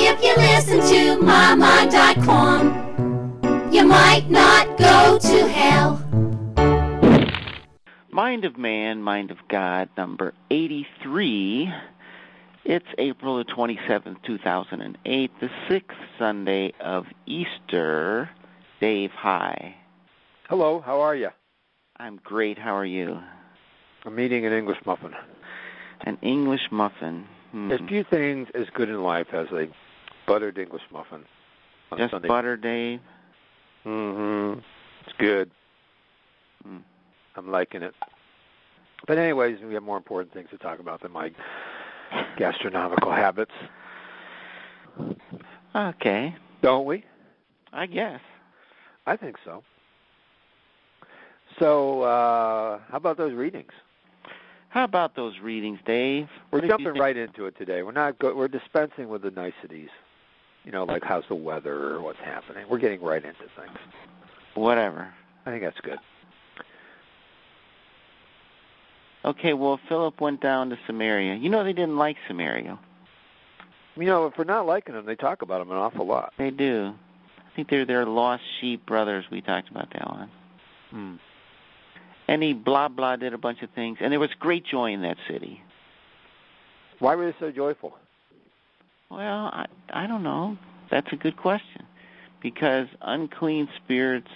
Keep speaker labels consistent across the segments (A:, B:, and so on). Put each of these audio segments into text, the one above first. A: listen to MyMind.com. You might not go to hell.
B: Mind of Man, Mind of God, number 83. It's April the 27th, 2008, the sixth Sunday of Easter. Dave, hi.
C: Hello, how are you?
B: I'm great. How are you?
C: I'm eating an English muffin. Mm-hmm.
B: An English muffin. Hmm.
C: There's few things as good in life as a buttered English muffin on
B: Just
C: Sunday.
B: butter, Dave.
C: mm-hmm. It's good. Mm.
B: Hmm.
C: I'm liking it. But anyways, we have more important things to talk about than my gastronomical habits,
B: Okay,
C: don't we?
B: I guess.
C: I think so. So, uh, how about those readings?
B: How about those readings, Dave? What
C: We're
B: did you
C: jumping
B: think-
C: right into it today. We're not go- we're dispensing with the niceties, you know, like how's the weather or what's happening. We're getting right into things.
B: Whatever.
C: I think that's good.
B: Okay, well, Philip went down to Samaria. You know they didn't like Samaria.
C: You know, if we're not liking them, they talk about them an awful lot.
B: They do. I think they're their lost sheep brothers. We talked about that one. Hmm.
C: Mm.
B: And he blah blah did a bunch of things, and there was great joy in that city.
C: Why were they so joyful?
B: Well, I I don't know. That's a good question, because unclean spirits.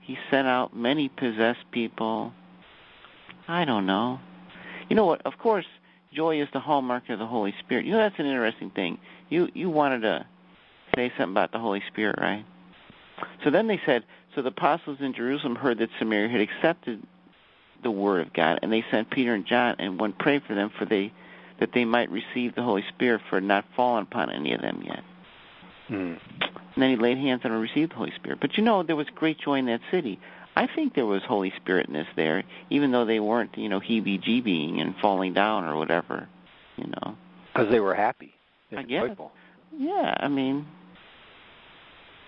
B: He sent out many possessed people. I don't know. You know what? Of course, joy is the hallmark of the Holy Spirit. You know that's an interesting thing. You you wanted to say something about the Holy Spirit, right? So then they said, so the apostles in Jerusalem heard that Samaria had accepted the word of God, and they sent Peter and John and one prayed for them, for they that they might receive the Holy Spirit, for it had not fallen upon any of them yet. Hmm.
C: Mm.
B: And then he laid hands on and received the Holy Spirit. But you know, there was great joy in that city. I think there was Holy Spiritness there, even though they weren't, you know, heebie-jeebieing and falling down or whatever. You know,
C: Because they were happy. They
B: I
C: were
B: guess.
C: joyful.
B: yeah. I mean,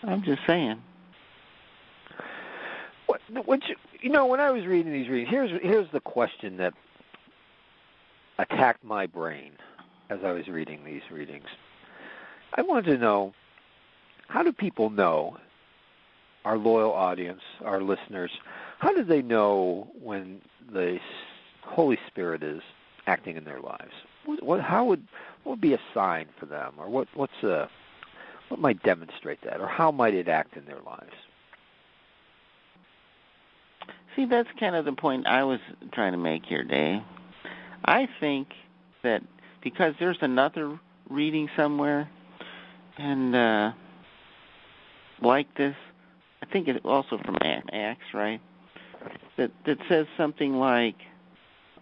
B: I'm just saying.
C: What, what you, you know, when I was reading these readings, here's here's the question that attacked my brain as I was reading these readings. I wanted to know how do people know our loyal audience, our listeners, how do they know when the S- Holy Spirit is acting in their lives? What, what how would what would be a sign for them, or what what's a what might demonstrate that, or how might it act in their lives?
B: See, that's kind of the point I was trying to make here, Dave. I think that because there's another reading somewhere, and uh, like this, I think it's also from Ac- Acts, right? That that says something like,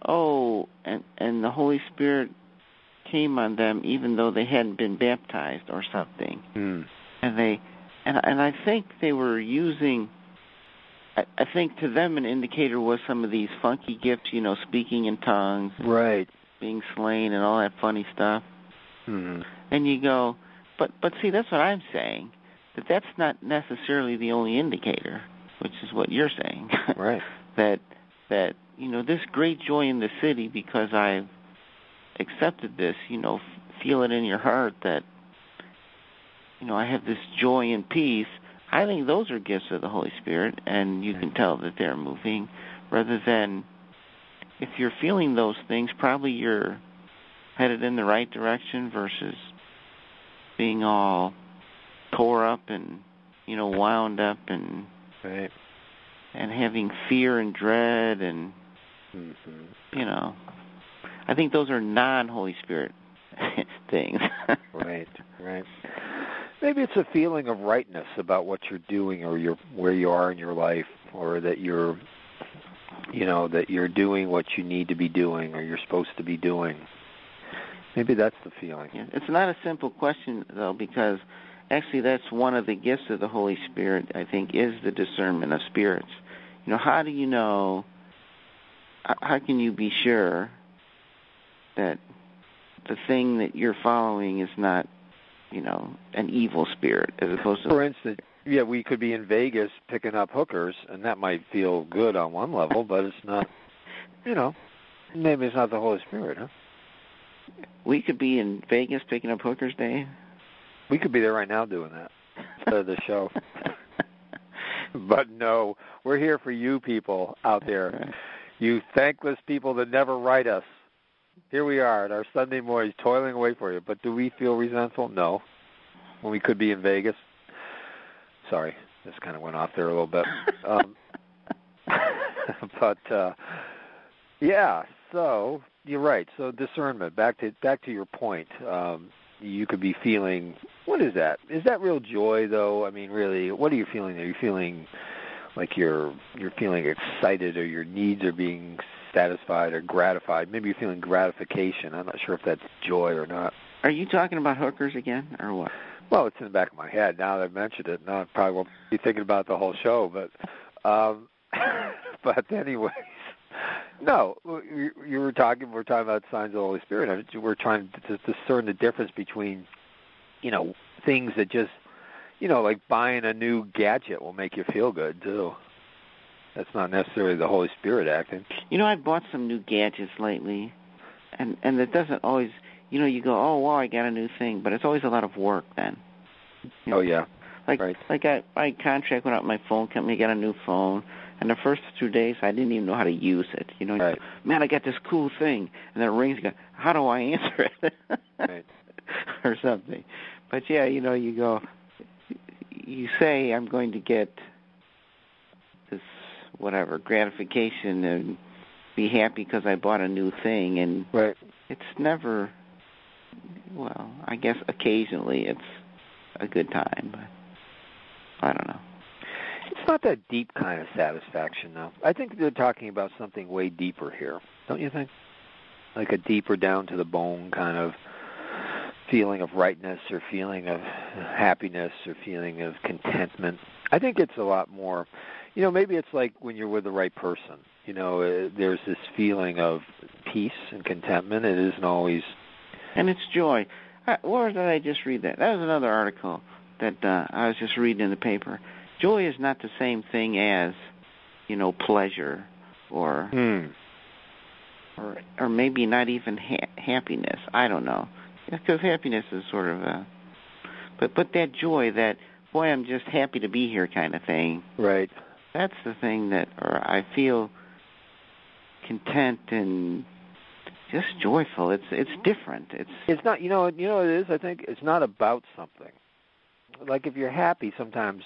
B: "Oh, and and the Holy Spirit came on them, even though they hadn't been baptized or something."
C: Mm.
B: and they and and I think they were using I, I think to them an indicator was some of these funky gifts, you know, speaking in tongues,
C: Right.
B: being slain and all that funny stuff.
C: Mm.
B: And you go, but but see that's what I'm saying. That that's not necessarily the only indicator, which is what you're saying.
C: Right.
B: that that you know this great joy in the city because I've accepted this. You know, f- feel it in your heart that you know I have this joy and peace. I think those are gifts of the Holy Spirit, and you can tell that they're moving, rather than if you're feeling those things, probably you're headed in the right direction versus being all tore up and you know wound up and
C: Right.
B: and having fear and dread and
C: Mm-hmm.
B: you know i think those are non holy spirit things
C: Right. Right. Maybe it's a feeling of rightness about what you're doing or your where you are in your life or that you're you know that you're doing what you need to be doing or you're supposed to be doing. Maybe that's the feeling.
B: Yeah, it's not a simple question though because actually that's one of the gifts of the holy spirit i think is the discernment of spirits you know how do you know h- how can you be sure that the thing that you're following is not you know an evil spirit as opposed to
C: For instance, yeah, we could be in Vegas picking up hookers and that might feel good on one level, but it's not you know, maybe it's not the Holy Spirit, huh?
B: we could be in vegas picking up hookers day
C: We could be there right now doing that instead of the show. but no, we're here for you people out there, you thankless people that never write us. Here we are at our Sunday morning, toiling away for you. But do we feel resentful? No, when we could be in Vegas. Sorry, this kind of went off there a little bit.
B: Uh,
C: Um, but uh, yeah, so you're right. So discernment. Back to back to your point. Um, you could be feeling what is that? Is that real joy though? I mean, really, what are you feeling? Are you feeling like you're you're feeling excited, or your needs are being satisfied or gratified? Maybe you're feeling gratification. I'm not sure if that's joy or not.
B: Are you talking about hookers again, or what?
C: Well, it's in the back of my head now that I've mentioned it. Now I probably won't be thinking about it the whole show, but um, but anyways, no, you, you were talking. We're talking about signs of the Holy Spirit. I mean, we're trying to discern the difference between, you know, things that just, you know, like buying a new gadget will make you feel good too. That's not necessarily the Holy Spirit acting.
B: You know, I bought some new gadgets lately, and and it doesn't always. You know, you go, oh wow, I got a new thing, but it's always a lot of work then. You know?
C: Oh yeah,
B: Like
C: right.
B: like I my contract went out with my phone company, I got a new phone, and the first two days I didn't even know how to use it. You know, you
C: Right.
B: go, man, I got this cool thing, and then it rings. You go, how do I answer it?
C: Right.
B: or something. But yeah, you know, you go, you say I'm going to get this whatever gratification and be happy because I bought a new thing, and
C: Right.
B: it's never. Well, I guess occasionally it's a good time, but I don't know.
C: It's not that deep kind of satisfaction, though. I think they're talking about something way deeper here, don't you think? Like a deeper down to the bone kind of feeling of rightness or feeling of happiness or feeling of contentment. I think it's a lot more, you know, maybe it's like when you're with the right person. You know, uh, there's this feeling of peace and contentment. It isn't always
B: and it's joy. I, where did I just read that? That was another article that uh, I was just reading in the paper. Joy is not the same thing as, you know, pleasure or
C: hmm.
B: or or maybe not even ha- happiness. I don't know, because happiness is sort of a, but but that joy, that boy, I'm just happy to be here kind of thing.
C: right.
B: That's the thing that, or I feel content and just joyful. It's it's different. It's
C: It's not, you know, you know what it is. I think it's not about something. Like if you're happy, sometimes,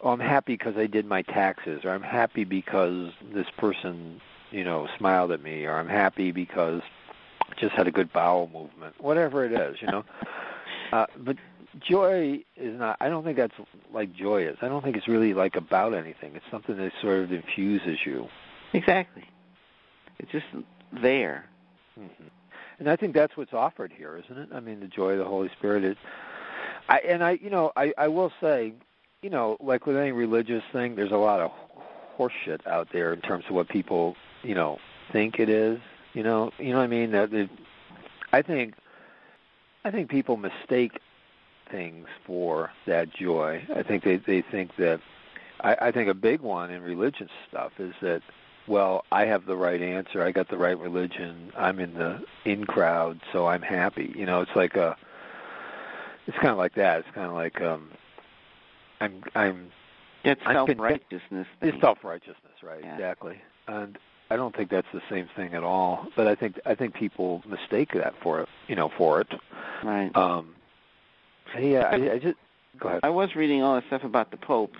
C: oh, I'm happy because I did my taxes, or I'm happy because this person, you know, smiled at me, or I'm happy because I just had a good bowel movement, whatever it is, you know. uh, but joy is not. I don't think that's like joy is. I don't think it's really like about anything. It's something that sort of infuses you.
B: Exactly. It's just there.
C: hmm And I think that's what's offered here, isn't it? I mean, the joy of the Holy Spirit is. I and I, you know, I I will say, you know, like with any religious thing, there's a lot of horseshit out there in terms of what people, you know, think it is. You know, you know what I mean. That it, I think, I think people mistake things for that joy. I think they they think that. I, I think a big one in religious stuff is that well, I have the right answer. I got the right religion. I'm in the in crowd, so I'm happy. You know, it's like a, it's kind of like that. It's kind of like um, I'm I'm
B: That
C: I
B: self
C: could-
B: righteousness thing.
C: it's self righteousness, right?
B: Yeah.
C: Exactly. And I don't think that's the same thing at all. But I think I think people mistake that for it. You know, for it.
B: Right.
C: Um, yeah, I, I just go ahead.
B: I was reading all the stuff about the Pope.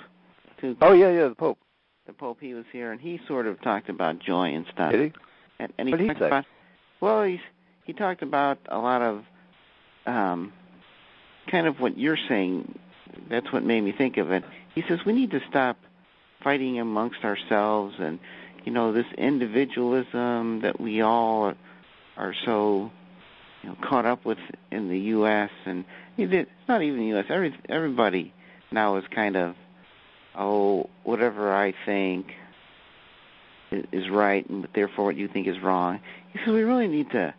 B: Too.
C: Oh yeah, yeah, the Pope.
B: The Pope, he was here, and he sort of talked about joy and stuff.
C: Did
B: And, and he
C: What'd he
B: talked
C: say?
B: about. Well, he's he talked about a lot of, um, kind of what you're saying. That's what made me think of it. He says we need to stop fighting amongst ourselves, and you know this individualism that we all are so you know caught up with in the U.S. and he did- it's not even the U.S. Every everybody now is kind of oh whatever I think i- is right and therefore what you think is wrong. He says we really need to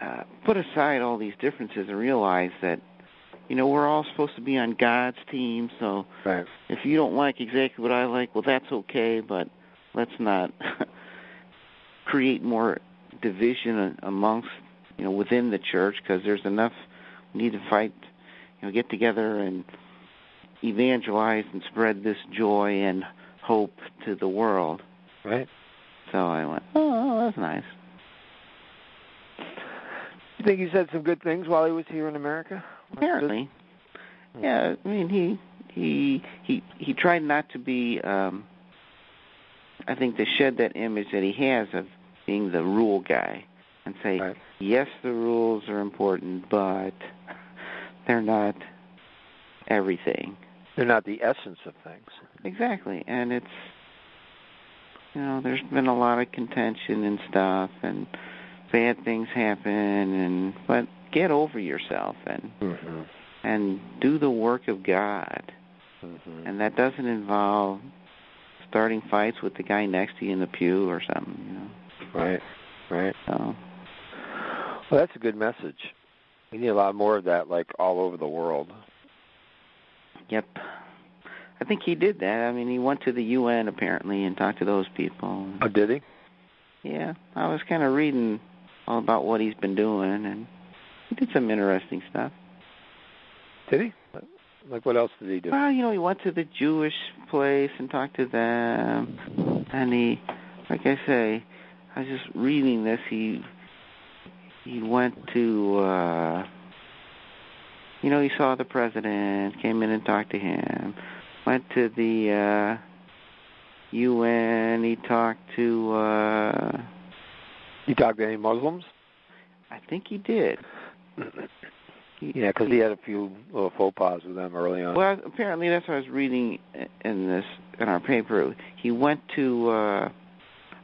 B: uh, put aside all these differences and realize that you know we're all supposed to be on God's team. So
C: he? Right.
B: if you don't like exactly what I like, well that's okay, but let's not create more division a- amongst you know within the church because there's enough we need to fight you know, get together and evangelize and spread this joy and hope to the world.
C: Right.
B: So I went, oh, that's nice.
C: You think he said some good things while he was here in America?
B: Apparently, yeah. I mean, he he he he tried not to be. um I think to shed that image that he has of being the rule guy and say,
C: Right.
B: yes, the rules are important, but they're not everything.
C: They're not the essence of things.
B: Exactly, and it's you know there's been a lot of contention and stuff, and bad things happen, and but get over yourself and
C: Mm-hmm.
B: and do the work of God,
C: Mm-hmm.
B: and that doesn't involve starting fights with the guy next to you in the pew or something, you know.
C: right, right.
B: So
C: uh, Well, that's a good message. We need a lot more of that, like all over the world.
B: yep, I think he did that. I mean, he went to the UN apparently and talked to those people.
C: Oh, did he?
B: Yeah, I was kind of reading all about what he's been doing, and he did some interesting stuff.
C: Did he? Like, what else did he do?
B: Well, you know, he went to the Jewish place and talked to them, and he, like I say, I was just reading this. He he went to, uh you know, he saw the president, came in and talked to him, went to the uh UN. He talked to, uh
C: You talk to any Muslims?
B: I think he did. He-
C: Yeah, because he had a few little faux pas with them early on.
B: Well, apparently that's what I was reading in this in our paper. He went to uh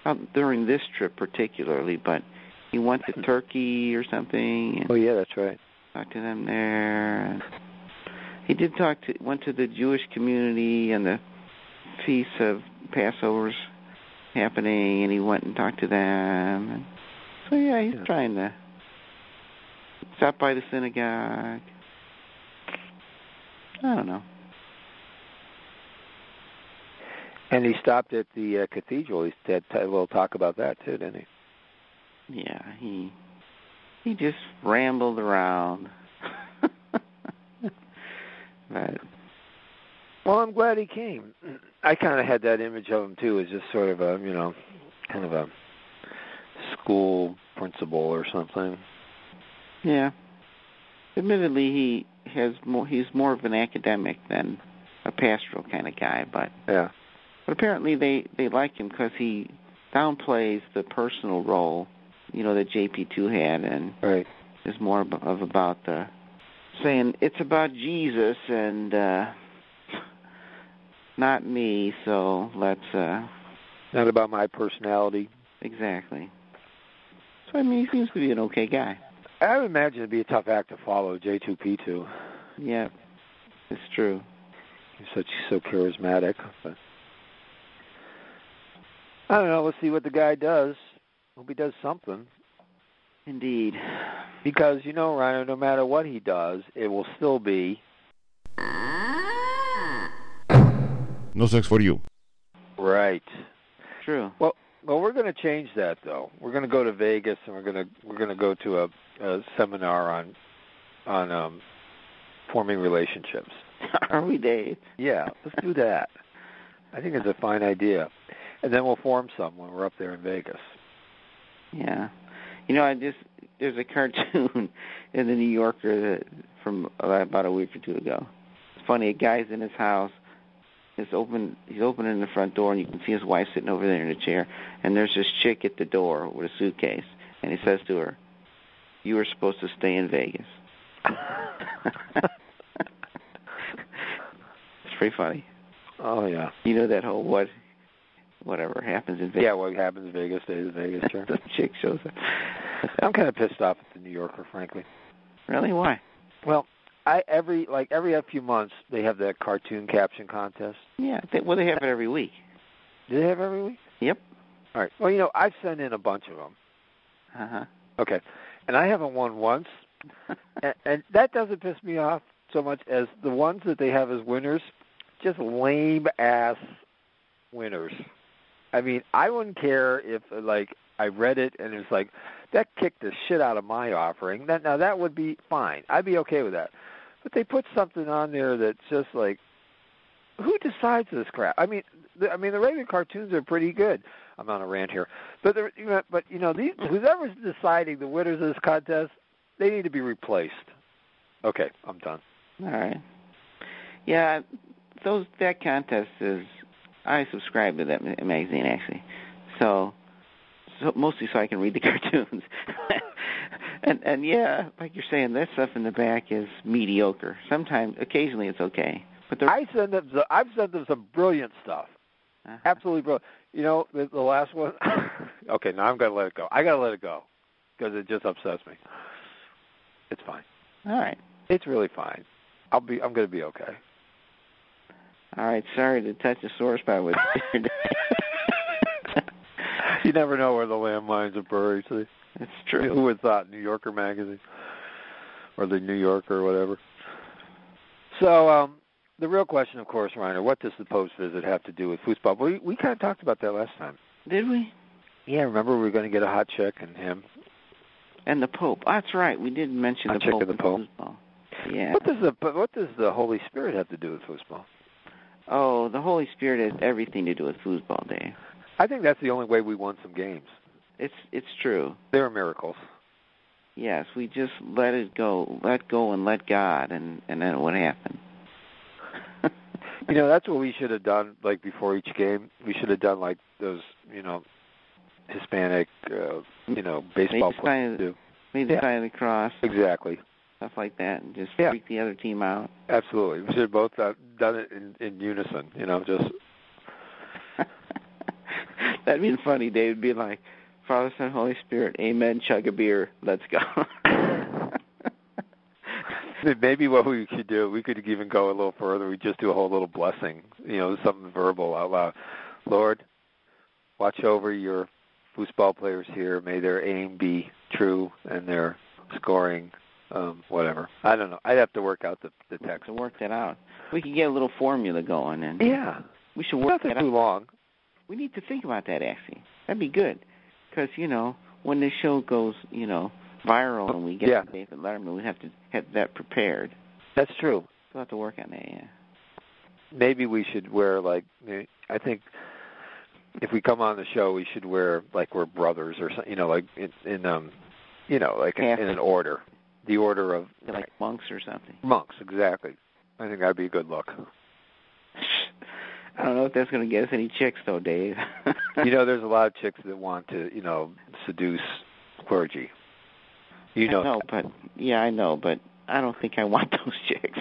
B: not during this trip particularly, but he went to Turkey or something
C: Oh,
B: and
C: yeah, that's right.
B: talked to them there. And he did talk to went to the Jewish community and the feast of Passover's happening, and he went and talked to them. And so yeah, he's
C: Yeah.
B: trying to stop by the synagogue. I don't know.
C: And he stopped at the uh, cathedral. He had a little talk about that too, didn't he?
B: Yeah, he he just rambled around. but
C: Well, I'm glad he came. I kind of had that image of him too, as just sort of a, you know, kind of a school principal or something.
B: yeah, admittedly, he has more. He's more of an academic than a pastoral kind of guy. But
C: Yeah.
B: but apparently they they like him because he downplays the personal role, you know, that JP two had, and
C: Right.
B: is more ab- of about the saying it's about Jesus and uh not me. So let's. uh
C: Not about my personality.
B: Exactly. So I mean, he seems to be an okay guy.
C: I would imagine it'd be a tough act to follow J2P2.
B: Yeah, it's true.
C: He's such so charismatic. But I don't know. Let's see what the guy does. Hope he does something.
B: Indeed.
C: Because you know, Rhino, no matter what he does, it will still be
D: No sex for you.
C: right.
B: True.
C: Well, we're going to change that though. We're going to go to Vegas and we're going to we're going to go to a, a seminar on on um, forming relationships.
B: Are we Dave?
C: Yeah, let's do that. I think it's a fine idea, and then we'll form some when we're up there in Vegas.
B: Yeah. You know, I just there's a cartoon in the New Yorker that from about a week or two ago. It's funny. A guy's in his house. It's open. He's opening the front door, and you can see his wife sitting over there in a chair. And there's this chick at the door with a suitcase, and he says to her, "You were supposed to stay in Vegas." it's pretty funny.
C: Oh yeah,
B: You know that whole what, whatever happens in
C: yeah.
B: Vegas.
C: What happens in Vegas stays in Vegas. Sure.
B: Some chick shows up.
C: I'm kind of pissed off at the New Yorker, frankly.
B: Really? Why?
C: Well, I every like every few months they have that cartoon caption contest.
B: Yeah. They, well, they have it every week.
C: Do they have every week?
B: Yep.
C: All right. Well, you know, I've sent in a bunch of them.
B: Uh huh.
C: Okay. And I haven't won once. and, and that doesn't piss me off so much as the ones that they have as winners, just lame ass winners. I mean, I wouldn't care if like I read it and it's like that kicked the shit out of my offering. That now that would be fine. I'd be okay with that. But they put something on there that's just like, who decides this crap? I mean, the, I mean, the regular cartoons are pretty good. I'm on a rant here, but the, you know, but you know, these, whoever's deciding the winners of this contest, they need to be replaced. Okay, I'm done.
B: All right. Yeah, those that contest is. I subscribe to that ma- magazine actually, so, so mostly so I can read the cartoons. and and yeah, like you're saying, that stuff in the back is mediocre. Sometimes, occasionally, it's okay. But the
C: I send them. Some, I've sent them some brilliant stuff.
B: uh
C: Absolutely brilliant. You know, the, the last one. okay, now I'm gonna let it go. I gotta let it go because it just upsets me. It's fine.
B: all right,
C: It's really fine. I'll be. I'm gonna be okay.
B: all right. Sorry to touch a sore spot with you.
C: You never know where the landmines are buried. See?
B: it's
C: Who
B: true.
C: would thought New Yorker magazine or the New Yorker or whatever? So um, the real question, of course, Reiner, what does the Pope's visit have to do with foosball? We we kind of talked about that last time.
B: Did we?
C: Yeah, remember we were going to get a hot chick and him.
B: And the Pope. Oh, that's right. We did mention
C: I'll
B: the
C: check
B: Pope.
C: with the
B: and
C: Pope.
B: foosball. Yeah.
C: What does the but what does the Holy Spirit have to do with foosball?
B: Oh, the Holy Spirit has everything to do with foosball day.
C: I think that's the only way we won some games.
B: It's it's true.
C: There are miracles.
B: Yes, we just let it go, let go, and let God, and and then what happened?
C: You know, that's what we should have done. Like before each game, we should have done like those, you know, Hispanic, uh, you know, baseball
B: Maybe sign
C: players
B: of-
C: do.
B: Made the
C: Yeah.
B: sign of the cross,
C: Exactly,
B: stuff like that, and just
C: Yeah.
B: freak the other team out.
C: absolutely. We should have both done, done it in, in unison. You know, just
B: That'd be funny. They would be like, Father, Son, Holy Spirit, Amen. Chug a beer. Let's go.
C: maybe what we should do. We could even go a little further. We just do a whole little blessing. You know, something verbal out loud. Lord, watch over your football players here. May their aim be true and their scoring, um, whatever. I don't know. I'd have to work out the, the text.
B: to work that out, we could get a little formula going, and
C: Yeah,
B: we should work
C: nothing
B: that out.
C: too long.
B: we need to think about that actually. That'd be good, because you know when this show goes, you know, viral and we get
C: Yeah.
B: David Letterman, we have to have that prepared.
C: That's true.
B: We'll have to work on that. Yeah.
C: Maybe we should wear like. eh, I think if we come on the show, we should wear like we're brothers or something. You know, like in, in um, you know, like in,
B: Half.
C: in an order, the order of
B: They're like monks or something.
C: monks. Exactly. I think that'd be a good look.
B: I don't know if that's going to get us any chicks though, Dave.
C: you know, there's a lot of chicks that want to, you know, seduce clergy. You know,
B: I know, but yeah, I know, but I don't think I want those chicks.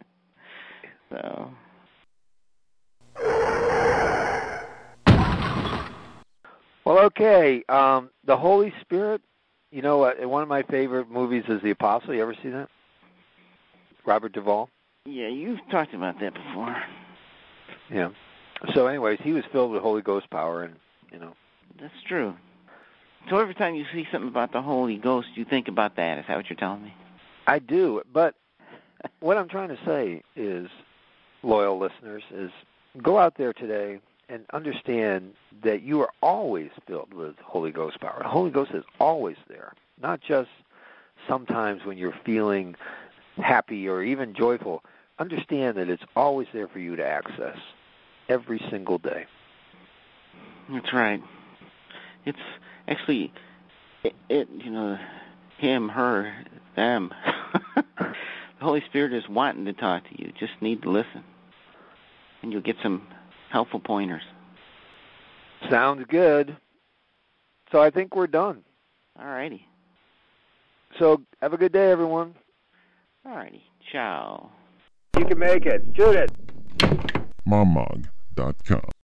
B: so
C: Well, okay. Um, the Holy Spirit. You know what? One of my favorite movies is The Apostle. You ever see that? Robert Duvall.
B: yeah, you've talked about that before.
C: Yeah. So, anyways, he was filled with Holy Ghost power, and you know,
B: That's true. So every time you see something about the Holy Ghost, you think about that. Is that what you're telling me?
C: I do. But what I'm trying to say is, loyal listeners, is go out there today and understand that you are always filled with Holy Ghost power. The Holy Ghost is always there, not just sometimes when you're feeling happy or even joyful. Understand that it's always there for you to access every single day.
B: That's right. It's actually it, it you know him, her, them. the Holy Spirit is wanting to talk to you. Just need to listen, and you'll get some helpful pointers.
C: Sounds good. So I think we're done.
B: All righty,
C: So have a good day, everyone.
B: all righty. Ciao.
E: You can make it. Judith.
D: Mommog.com.